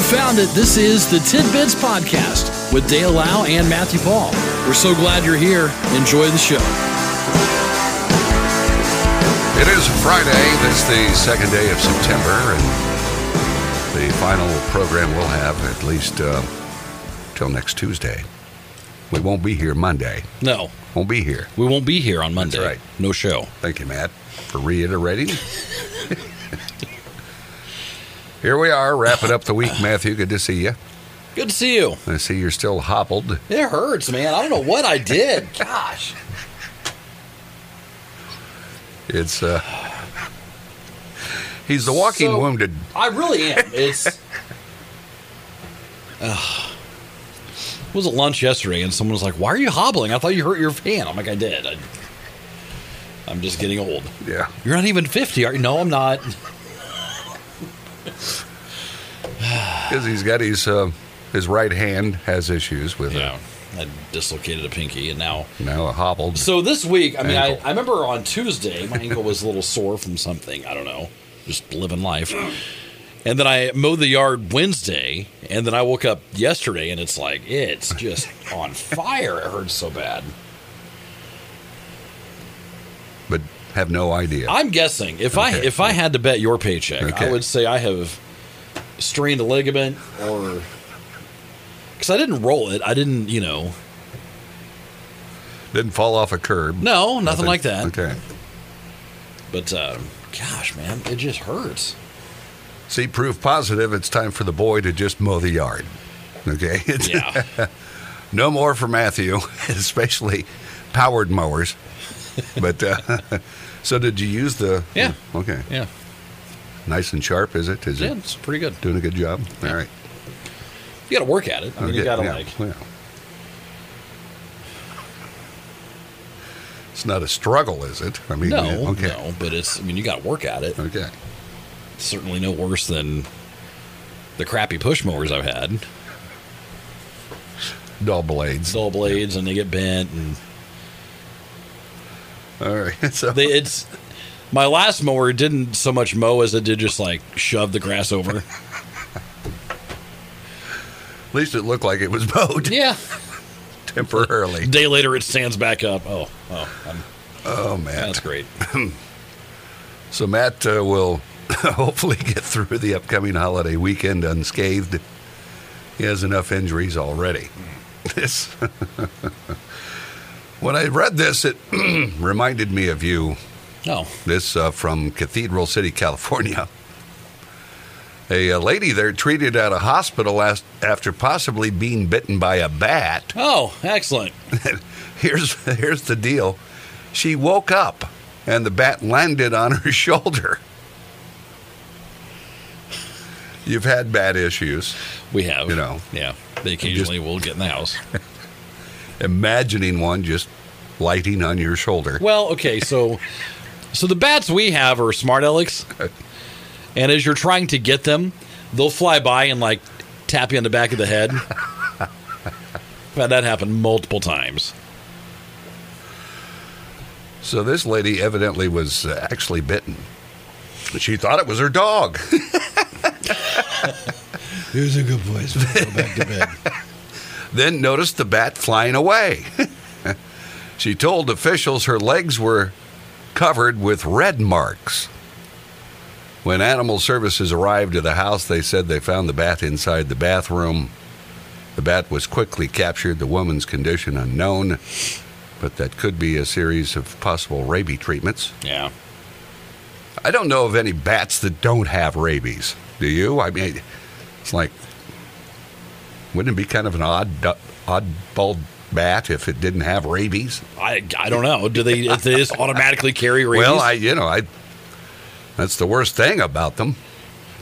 found it. This is the Tidbits Podcast with Dale Lau and Matthew Paul. We're so glad you're here. Enjoy the show. It is Friday. That's the second day of September, and the final program we'll have at least uh, till next Tuesday. We won't be here Monday. No, Won't be here. we won't be here on Monday. right. No show. Thank you, Matt, for reiterating. here we are, wrapping up the week. Matthew, good to see you. Good to see you. I see you're still hobbled. It hurts, man. I don't know what I did. Gosh. It's uh, he's the walking So- wounded. I really am. It's. Ugh. I was at lunch yesterday, and someone was like, "Why are you hobbling? I thought you hurt your fan." I'm like, "I did. I, I'm just getting old." Yeah. You're not even 50, are you? No, I'm not. Because he's got his uh, his right hand has issues with Yeah. I dislocated a pinky, and now. it. Now a hobbled. So this week, I mean, I, Ankle. I remember on Tuesday, my ankle was a little sore from something. I don't know. Just living life. And then I mowed the yard Wednesday, and then I woke up yesterday, and it's like, it's just on fire. It hurts so bad. but have no idea. I'm guessing if I Okay. if I had to bet your paycheck, Okay. I would say I have strained a ligament or because I didn't roll it. I didn't, you know, Didn't fall off a curb. no, nothing, like that. Okay. But uh, gosh, man, it just hurts. See, proof positive. It's time for the boy to just mow the yard. Okay. It's- Yeah, no more for Matthew, especially powered mowers. But uh, so did you use the? Yeah. Okay. yeah, Nice and sharp. Is it? Is yeah, it it's pretty good. doing a good job? All right. You got to work at it. I mean, you Okay, got to yeah, like, yeah. It's not a struggle, is it? I mean, no, yeah, okay, no, but it's. I mean, you got to work at it. okay. It's certainly no worse than the crappy push mowers I've had. Dull blades. Dull blades, and they get bent, and All right. So they, it's my last mower didn't so much mow as it did just like shove the grass over. at least it looked like it was mowed yeah. temporarily. Day later, it stands back up. Oh, oh, I'm, Oh man. that's great. So Matt uh, will hopefully get through the upcoming holiday weekend unscathed. He has enough injuries already. This. when I read this, it reminded me of you. Oh, This uh, from Cathedral City, California. A, uh lady there treated at a hospital last, after possibly being bitten by a bat. oh, excellent. Here's here's the deal: she woke up, and the bat landed on her shoulder. You've had bat issues. We have, You know. yeah. They occasionally will get in the house. Imagining one just lighting on your shoulder. Well, okay, so so the bats we have are smart Alex, and as you're trying to get them, they'll fly by and like tap you on the back of the head. Well, that happened multiple times. So this lady evidently was uh, actually bitten. She thought it was her dog. Here's a good voice. Go back to bed. then noticed the bat flying away. she told officials her legs were covered with red marks. When animal services arrived at the house, they said they found the bat inside the bathroom. The bat was quickly captured, the woman's condition unknown, but that could be a series of possible rabies treatments. Yeah. I don't know of any bats that don't have rabies. Do you? I mean, it's like, wouldn't it be kind of an odd, du- oddball bat if it didn't have rabies? I, I don't know. Do they, if they just automatically carry rabies? Well, I, you know, I. That's the worst thing about them,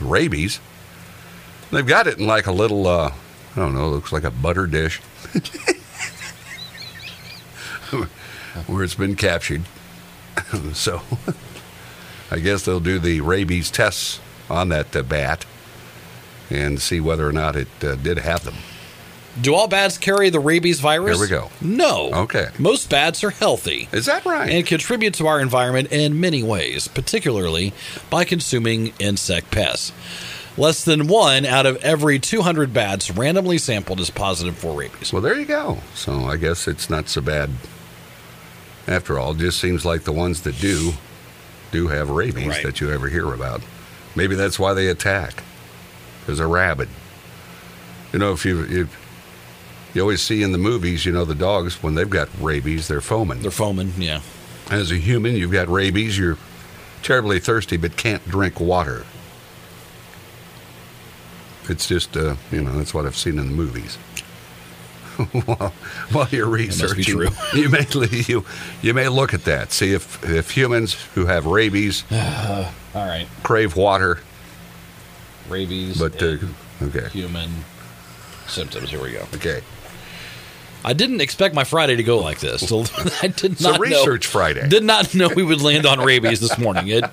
rabies. They've got it in like a little, uh, I don't know, looks like a butter dish, where it's been captured. so, I guess they'll do the rabies tests on that uh, bat and see whether or not it uh, did have them. Do all bats carry the rabies virus? Here we go. No. Okay. Most bats are healthy Is that right? and contribute to our environment in many ways, particularly by consuming insect pests. Less than one out of every 200 bats randomly sampled is positive for rabies. Well, there you go. So I guess it's not so bad. After all, it just seems like the ones that do do have rabies Right. that you ever hear about. Maybe that's why they attack. Because they're rabid. You know, if you, you you always see in the movies, you know, the dogs when they've got rabies, they're foaming. They're foaming, yeah. As a human, you've got rabies, you're terribly thirsty but can't drink water. It's just, uh, you know, that's what I've seen in the movies. while, while you're must be researching, true. you may you you may look at that, see if if humans who have rabies All right. crave water, Rabies. but uh, okay, human symptoms. Here we go. okay. I didn't expect my Friday to go like this. So I did So not research know, Friday, Did not know we would land on rabies this morning. It,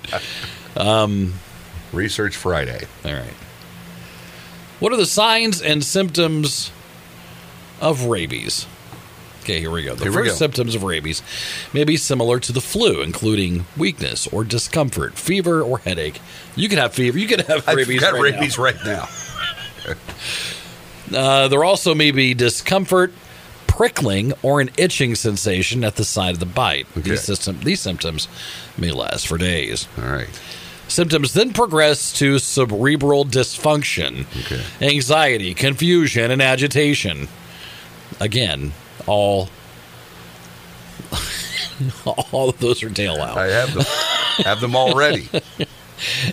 research Friday. all right. What are the signs and symptoms of rabies? Okay, here we go. The Here we first go. symptoms of rabies may be similar to the flu, including weakness or discomfort, fever or headache. You could have fever. You could have rabies. I've got right now. rabies right now. Uh, there also may be discomfort, prickling, or an itching sensation at the side of the bite. Okay. These, system, these symptoms may last for days. All right, Symptoms then progress to cerebral dysfunction, Okay. anxiety, confusion, and agitation. Again, all. All of those are tail out. I have them, have them already.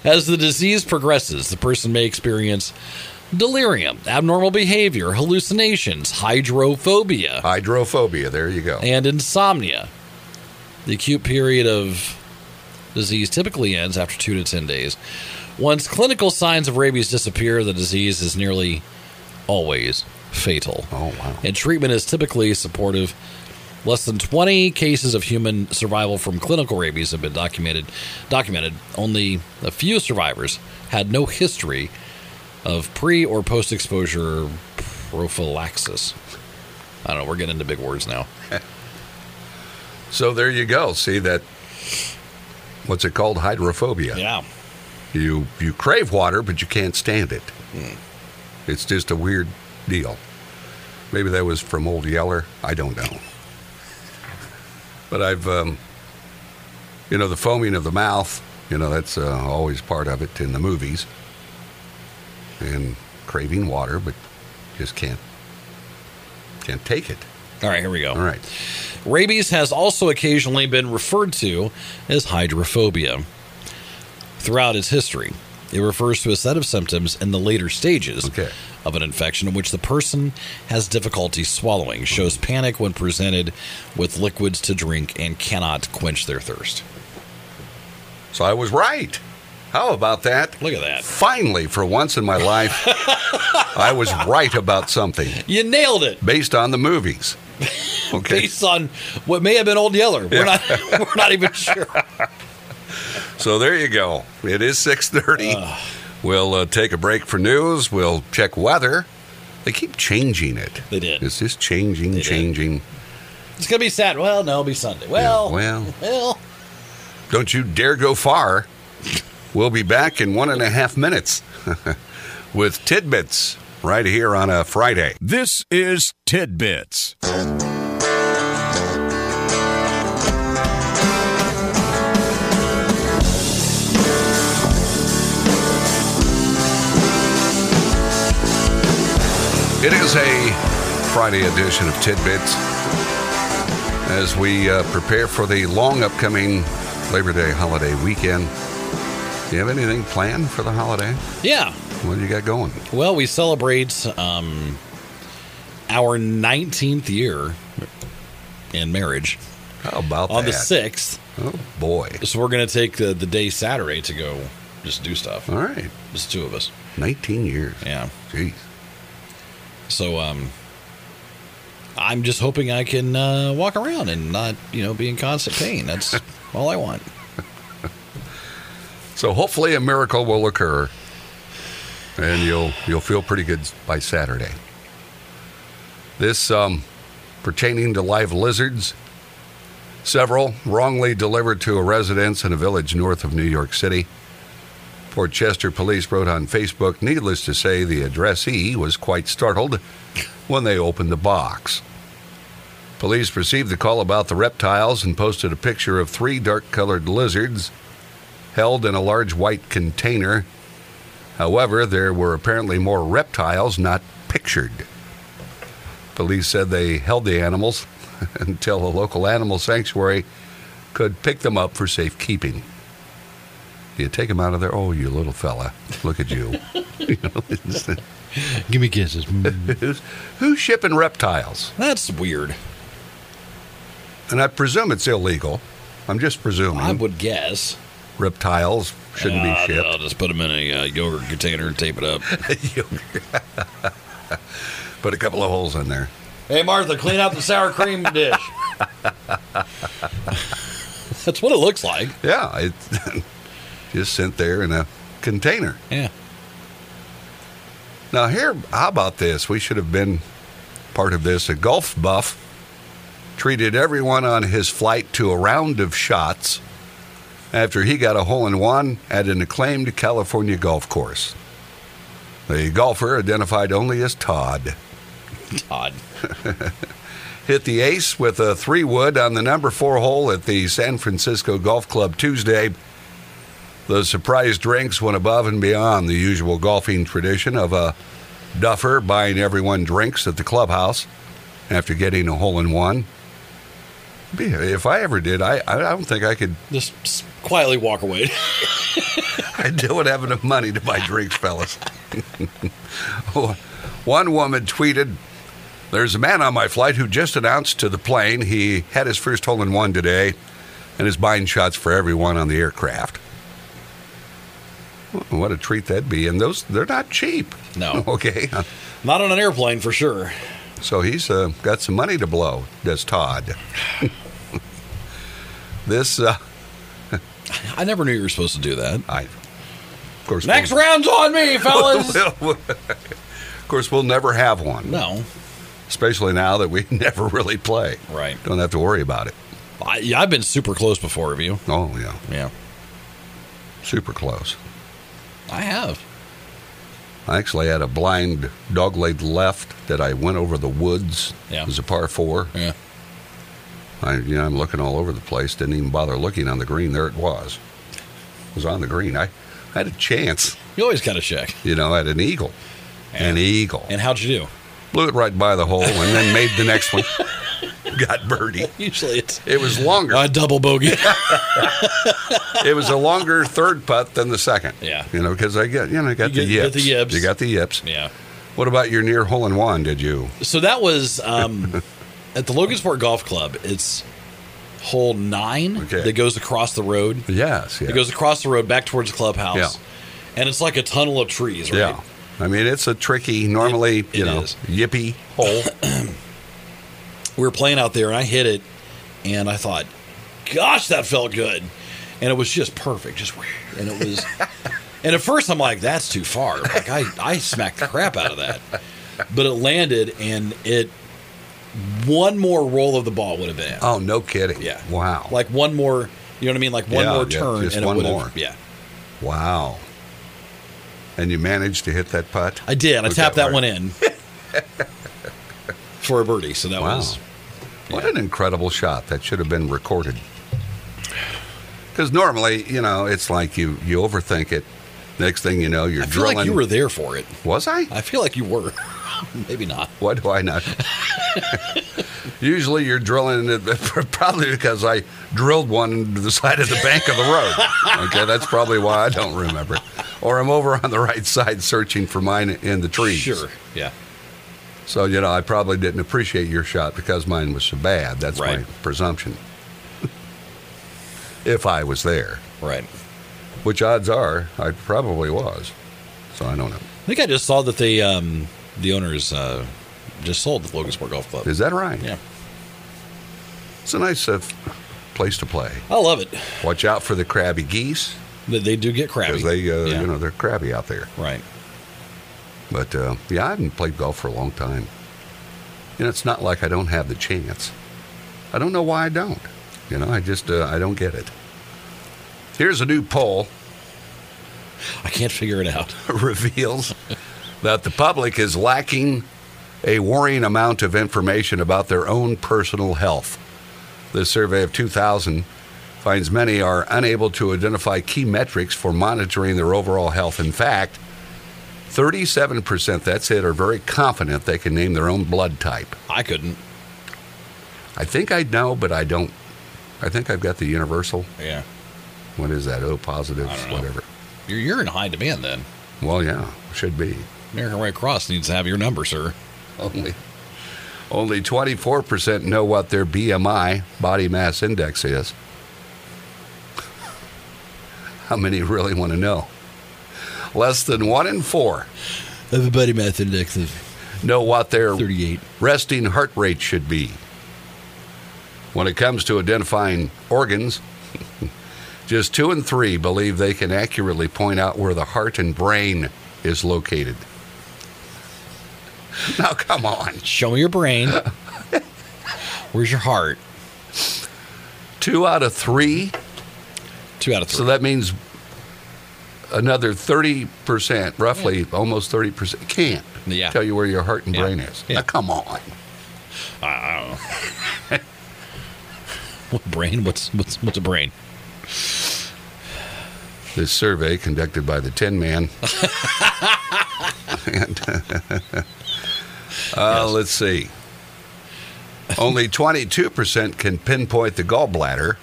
As the disease progresses, the person may experience delirium, abnormal behavior, hallucinations, hydrophobia, Hydrophobia. There you go. and insomnia. The acute period of disease typically ends after two to 10 days. Once clinical signs of rabies disappear, the disease is nearly always fatal. Oh, wow. And treatment is typically supportive. Less than 20 cases of human survival from clinical rabies have been documented. Documented only a few survivors had no history of pre or post exposure prophylaxis. I don't know, we're getting into big words now. So there you go. See that? What's it called? Hydrophobia. Yeah. You you crave water, but you can't stand it. It's just a weird deal. Maybe that was from Old Yeller. I don't know. But I've, um, you know, the foaming of the mouth. You know, that's uh, always part of it in the movies. And craving water, but just can't can't take it. All right, here we go. All right. Rabies has also occasionally been referred to as hydrophobia throughout its history. It refers to a set of symptoms in the later stages Okay. of an infection in which the person has difficulty swallowing, shows panic when presented with liquids to drink, and cannot quench their thirst. So I was right. How about that? Look at that. Finally, for once in my life, I was right about something You nailed it. based on the movies. Okay. Based on what may have been Old Yeller, we're not we're not even sure. So there you go. It is 6:30. we'll uh, take a break for news. We'll check weather. They keep changing it. They did. It's just changing, did. changing. It's gonna be sad. Well, no, it'll be Sunday. Well, well. well. Don't you dare go far. We'll be back in one and a half minutes with tidbits right here on a Friday. This is Tidbits. It is a Friday edition of Tidbits as we uh, prepare for the long upcoming Labor Day holiday weekend. Do you have anything planned for the holiday? Yeah. What do you got going? Well, we celebrate um, our 19th year in marriage How about on that? the 6th. Oh boy! So we're going to take the, the day Saturday to go just do stuff. All right, Just two of us. 19 years. Yeah. Jeez. So um, I'm just hoping I can uh, walk around and not, you know, be in constant pain. That's all I want. So hopefully a miracle will occur, and you'll you'll feel pretty good by Saturday. This um, pertaining to live lizards, several wrongly delivered to a residence in a village north of New York City. Port Chester police wrote on Facebook needless to say, the addressee was quite startled when they opened the box. Police received the call about the reptiles and posted a picture of three dark colored lizards held in a large white container. However, there were apparently more reptiles not pictured. Police said they held the animals until a local animal sanctuary could pick them up for safekeeping. You take them out of there. Oh, you little fella. Look at you. You know, it's- Give me kisses. who's, who's shipping reptiles? That's weird. And I presume it's illegal. I'm just presuming I would guess. reptiles shouldn't Uh, be shipped. I'll just put them in a uh, yogurt container and tape it up. Put a couple of holes in there. hey, Martha, clean out the sour cream dish. That's what it looks like. Yeah, it just sent there in a container. Yeah. Now here, how about this? We should have been part of this. A golf buff treated everyone on his flight to a round of shots after he got a hole in one at an acclaimed California golf course. The golfer, identified only as Todd, Todd. hit the ace with a three wood on the number four hole at the San Francisco Golf Club Tuesday. The surprise drinks went above and beyond the usual golfing tradition of a duffer buying everyone drinks at the clubhouse after getting a hole in one. Be- If I ever did, I, I don't think I could. Just s- quietly walk away. I don't have enough money to buy drinks, fellas. One woman tweeted, There's a man on my flight who just announced to the plane he had his first hole in one today and is buying shots for everyone on the aircraft. Wh- What a treat that'd be. And those, they're not cheap. No. Okay. Not on an airplane for sure. So he's uh, got some money to blow, does Todd. this, uh, I never knew you were supposed to do that. I, of course. Next round's on me, fellas. of course, we'll never have one. no. especially now that we never really play. Right. Don't have to worry about it. I, yeah, I've been super close before of you. Oh, yeah. Yeah. Super close. I have. I actually had a blind dogleg left that I went over the woods. Yeah. It was a par four. Yeah. I, you know, I'm looking all over the place. Didn't even bother looking on the green. There it was. It was on the green. I, I had a chance, You always got to check. you know, at an eagle. An eagle. And how'd you do? Blew it right by the hole and then made the next one. Got birdie. Usually it's It was longer. a Uh, double bogey. it was a longer third putt than the second. Yeah. You know, because I get, you know, I got You the get- you get yips. the yips. You got the yips. yeah. What about your near hole in one? Did you? So that was um, at the Logansport Golf Club. It's hole nine Okay. that goes across the road. Yes. Yeah. It goes across the road back towards the clubhouse. Yeah. And it's like a tunnel of trees, right? yeah. I mean, it's a tricky, normally, It- you it know, is. yippy hole. we were playing out there and I hit it and I thought, gosh, that felt good. And it was just perfect. Just and it was and at first I'm like, that's too far. Like I, I smacked the crap out of that. But it landed and it one more roll of the ball would have been out. oh, no kidding. Yeah. Wow. Like one more you know what I mean? Like one Yeah, more yeah, turn just and one it would more. have yeah. wow. And you managed to hit that putt. I did. I Okay, tapped all that right. one in for a birdie. So that Wow. was What an incredible shot. That should have been recorded. Because normally, you know, it's like you you overthink it. Next thing you know, you're I feel drilling. like you were there for it. was I? I feel like you were. Maybe not. Why do I not? Usually you're drilling it, probably because I drilled one into the side of the bank of the road. Okay, that's probably why I don't remember. Or I'm over on the right side searching for mine in the trees. Sure. Yeah. So, you know, I probably didn't appreciate your shot because mine was so bad. That's my Right. presumption. if I was there, Right. which odds are I probably was. So I don't know. I think I just saw that the um, the owners uh, just sold the Logan Sport Golf Club. Is that right? Yeah. It's a nice uh, place to play. I love it. Watch out for the crabby geese. They, they do get crabby. because they, uh, Yeah. you know, they're crabby out there. Right. But uh, yeah, I haven't played golf for a long time. You know, it's not like I don't have the chance. I don't know why I don't. You know, I just uh, I don't get it. Here's a new poll. I can't figure it out. reveals that the public is lacking a worrying amount of information about their own personal health. This survey of 2,000 finds many are unable to identify key metrics for monitoring their overall health. In fact, 37%, that's it, are very confident they can name their own blood type. I couldn't. I think I know, but I don't. I think I've got the universal. Yeah. What is that? O positive, I don't know. whatever. You're, you're in high demand then. Well, yeah, should be. American Red Cross needs to have your number, sir. Only only 24% know what their BMI, body mass index is. How many really want to know? Less than 1 in 4 Everybody math index is know what their 38. resting heart rate should be. When it comes to identifying organs, just 2 in 3 believe they can accurately point out where the heart and brain is located. Now come on. Show me your brain. Where's your heart? Two out of three. Two out of three. So that means another 30%, roughly almost 30%, can't Yeah. tell you where your heart and Yeah. brain is. Yeah. Now, come on. what brain? What's what's what's a brain? This survey conducted by the Tin Man. And, uh, Let's see. Only 22% can pinpoint the gallbladder,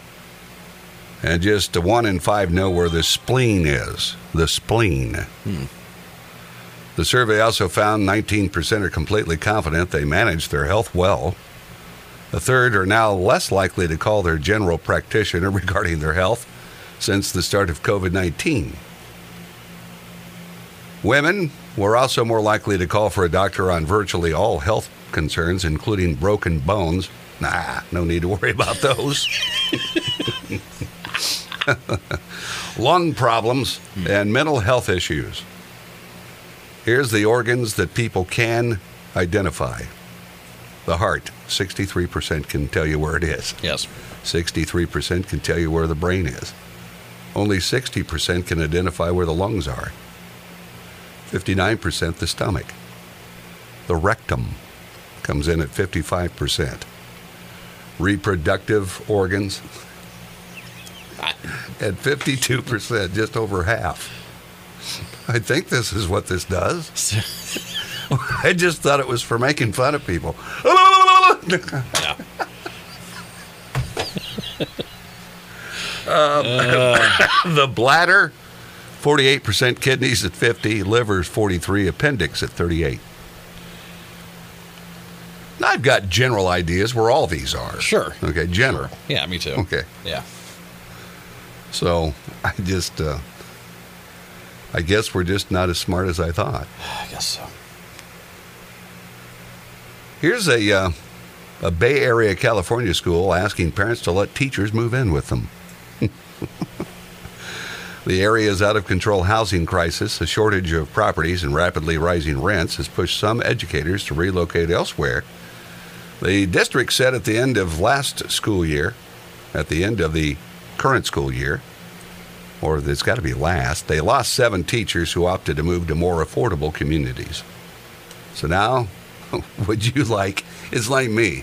and just one in five know where the spleen is. The spleen. The survey also found 19% are completely confident they manage their health well. A third are now less likely to call their general practitioner regarding their health since the start of COVID 19. Women were also more likely to call for a doctor on virtually all health concerns, including broken bones. Nah, no need to worry about those. Lung problems and mental health issues. Here's the organs that people can identify the heart, 63% can tell you where it is. Yes. 63% can tell you where the brain is. Only 60% can identify where the lungs are. 59% the stomach. The rectum comes in at 55%. Reproductive organs at 52%, just over half. I think this is what this does. I just thought it was for making fun of people. Yeah. Um, the bladder, 48%, kidneys at 50, livers 43, appendix at 38. Now I've got general ideas where all these are. Sure. Okay, general. Yeah. Me too. Okay. Yeah. So I just, uh, I guess we're just not as smart as I thought. I guess so. Here's a, uh, a Bay Area, California school asking parents to let teachers move in with them. the area's out of control housing crisis, a shortage of properties, and rapidly rising rents has pushed some educators to relocate elsewhere. The district said at the end of last school year, at the end of the current school year, or it's got to be last, they lost seven teachers who opted to move to more affordable communities. So now, would you like? It's like me,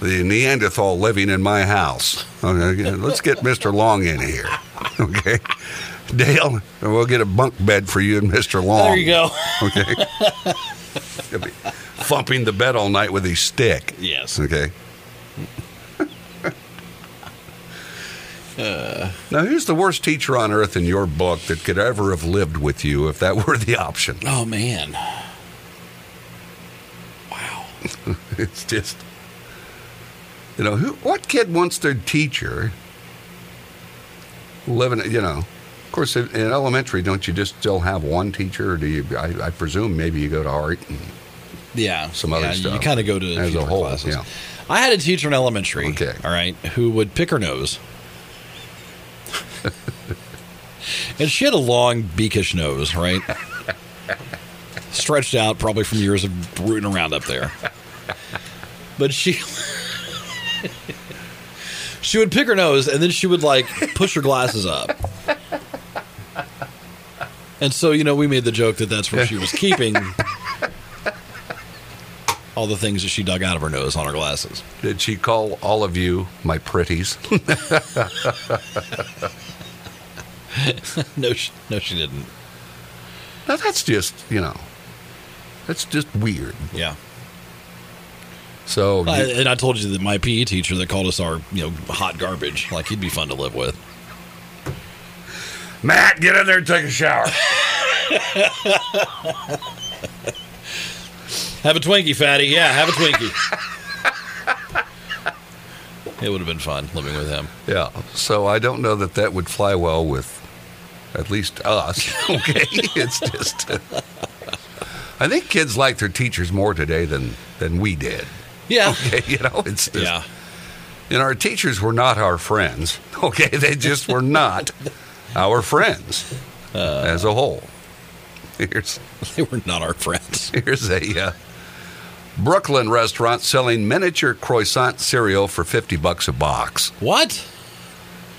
the Neanderthal living in my house. Okay, let's get Mr. Long in here. Okay, Dale, we'll get a bunk bed for you and Mr. Long. There you go. Okay, He'll be thumping the bed all night with his stick. Yes. Okay. now, who's the worst teacher on earth in your book that could ever have lived with you if that were the option? Oh man. Wow. It's just, you know, who? What kid wants their teacher living? You know, of course, in, in elementary, don't you just still have one teacher, or do you? I, I presume maybe you go to art. And, Yeah. Some other yeah, You stuff. kind of go to As a different whole, Classes. yeah. I had a teacher in elementary. Okay. All right. Who would pick her nose. and she had a long beakish nose, right? Stretched out probably from years of rooting around up there. But she she would pick her nose and then she would like push her glasses up. And so, you know, we made the joke that that's where she was keeping all the things that she dug out of her nose on her glasses. Did she call all of you my pretties? No, she, no, she didn't. now that's just you know, that's just weird. Yeah. So I, you- and I told you that my PE teacher that called us our, you know, hot garbage, like he'd be fun to live with. Matt, get in there and take a shower. Have a Twinkie, fatty. Yeah, have a Twinkie. it would have been fun living with him. yeah. So I don't know that that would fly well with at least us. Okay, it's just. I think kids like their teachers more today than than we did. Yeah. Okay, you know, it's just, Yeah. And our teachers were not our friends. Okay, they just were not our friends as a whole. Here's They were not our friends. here's a uh, Brooklyn restaurant selling miniature croissant cereal for fifty bucks a box. What?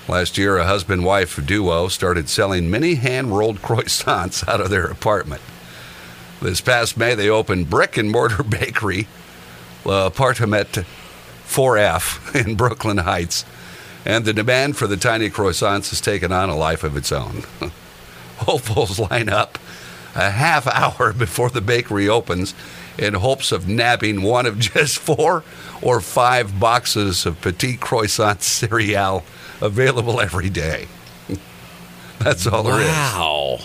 Last year, a husband-wife duo started selling mini hand-rolled croissants out of their apartment. This past May, they opened brick and mortar bakery, uh, La Appartement 4F in Brooklyn Heights, and the demand for the tiny croissants has taken on a life of its own. Hopefuls line up a half hour before the bakery opens in hopes of nabbing one of just four or five boxes of petit croissant cereal available every day. That's all there is. Wow.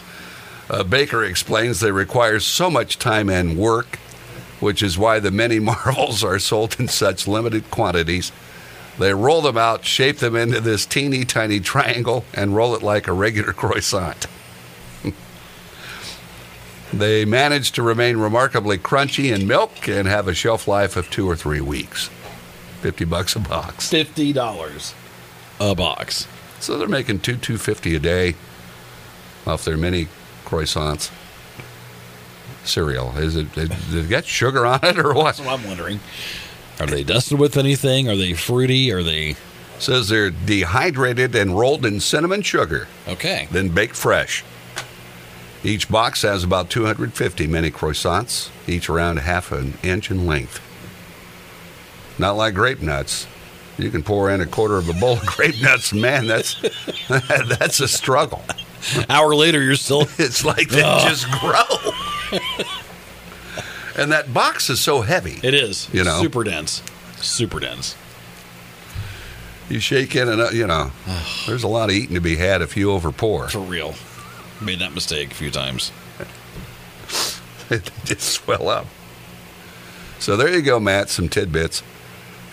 Uh, Baker explains they require so much time and work, which is why the many marvels are sold in such limited quantities. They roll them out, shape them into this teeny tiny triangle, and roll it like a regular croissant. they manage to remain remarkably crunchy in milk and have a shelf life of two or three weeks. 50 bucks a box. $50 a box. So they're making two two fifty a day off their mini croissants. Cereal is it? it they've got sugar on it or what? That's what I'm wondering. Are they dusted with anything? Are they fruity? Are they Says they're dehydrated and rolled in cinnamon sugar, okay? then baked fresh. Each box has about 250 mini croissants, each around half an inch in length. Not like grape nuts. You can pour in a quarter of a bowl of grape nuts, man. That's that's a struggle. Hour later, you're still It's like they Ugh. just grow. and that box is so heavy. It is. You know. Super dense. Super dense. You shake in and out, you know, there's a lot of eating to be had if you overpour. For real. Made that mistake a few times. they just swell up. So there you go, Matt, some tidbits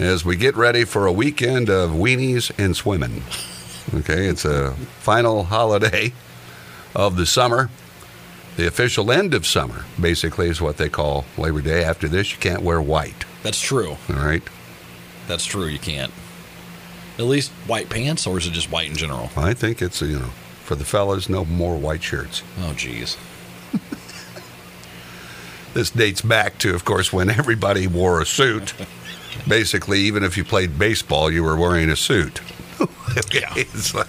as we get ready for a weekend of weenies and swimming. Okay, it's a final holiday of the summer. The official end of summer, basically, is what they call Labor Day. After this, you can't wear white. That's true. All right. That's true. You can't. At least white pants, or is it just white in general? I think it's you know for the fellas, no more white shirts. Oh, geez. This dates back to, of course, when everybody wore a suit. Basically, even if you played baseball, you were wearing a suit. yeah, it's like,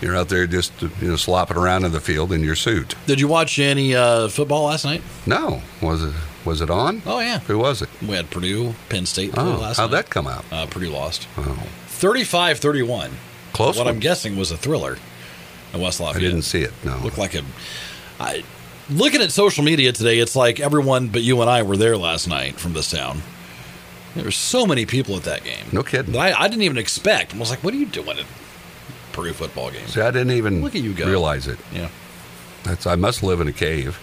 you're out there just you know slopping around in the field in your suit. Did you watch any uh, football last night? No, was it was it on? Oh, yeah. Who was it? We had Purdue, Penn State play Oh, last how'd night. that come out? Uh, Purdue lost. Oh, 35 31. close. What one. I'm guessing was a thriller in West I Lafayette. didn't see it. No. Looked like a. I, looking at social media today, it's like everyone but you and I were there last night from this town. There were so many people at that game. No kidding. That I, I didn't even expect. I was like, what are you doing at Purdue football game? See, I didn't even Look at you go. realize it. Yeah. That's I must live in a cave.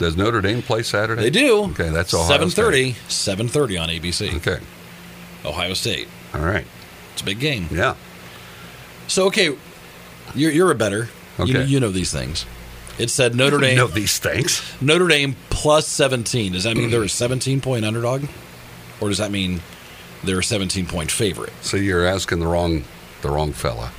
Does Notre Dame play Saturday? They do. Okay, that's Ohio seven State. thirty. Seven thirty on ABC. Okay, Ohio State. all right, It's a big game. yeah. So okay, you're you're a better. You, Okay. you know these things. It said Notre We Dame. know these things. Notre Dame plus seventeen. Does that mean they're a seventeen point underdog, or does that mean they're a seventeen point favorite? So you're asking the wrong, the wrong fella.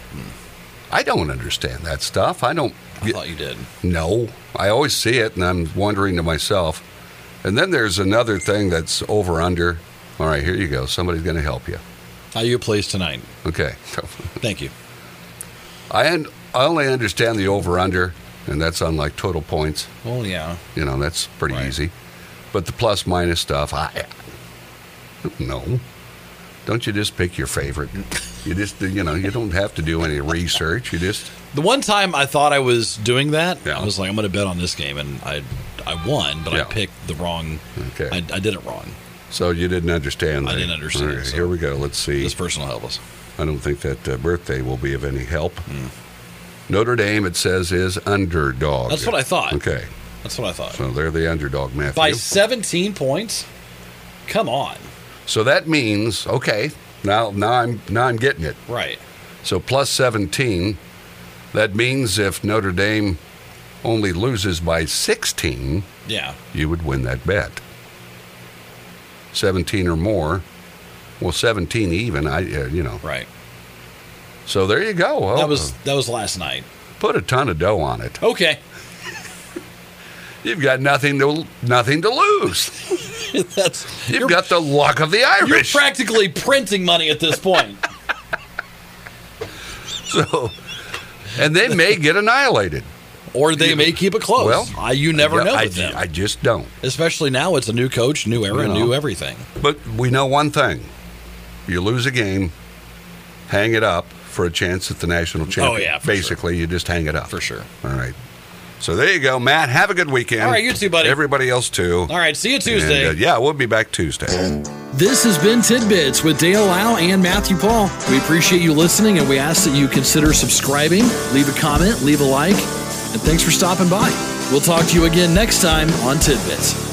I don't understand that stuff. I don't. I thought you did. No, I always see it, and I'm wondering to myself. And then there's another thing that's over under. All right, here you go. Somebody's going to help you. How you plays tonight? Okay. Thank you. I un- I only understand the over under, and that's on like total points. Well, yeah. You know, that's pretty Right. easy. But the plus minus stuff, I, no. Don't you just pick your favorite? You just, you know, you don't have to do any research. You just, The one time I thought I was doing that, Yeah. I was like, I'm going to bet on this game, and I I won, but Yeah. I picked the wrong. Okay. I, I did it wrong. so you didn't understand. I the- didn't understand, All right, so- Here we go. Let's see. This person will help us. I don't think that uh, birthday will be of any help. Hmm. Notre Dame, it says, is underdog. That's what I thought. Okay. That's what I thought. So they're the underdog, Matthew. By 17 points? Come on. So that means okay. Now, now I'm now I'm getting it. Right. So plus 17. That means if Notre Dame only loses by 16, Yeah. you would win that bet. 17 or more. Well, 17 even. I uh, you know. Right. So there you go. Oh, That was that was last night. put a ton of dough on it. Okay. You've got nothing to nothing to lose. That's You've you're, got the luck of the you're Irish. practically printing money at this point. so, and they may get annihilated. or they may keep it close. Well, I, you never I- know I, with them. I just don't. Especially now it's a new coach, new era, You know. new everything. But we know one thing: you lose a game, hang it up for a chance at the national championship. Oh, yeah, for sure. basically, you just hang it up For sure. All right. So there you go, Matt. Have a good weekend. All right, you too, buddy. Everybody else too. All right, see you Tuesday. And, uh, yeah, we'll be back Tuesday. This has been Tidbits with Dale Lau and Matthew Paul. We appreciate you listening and we ask that you consider subscribing, leave a comment, leave a like, and thanks for stopping by. We'll talk to you again next time on Tidbits.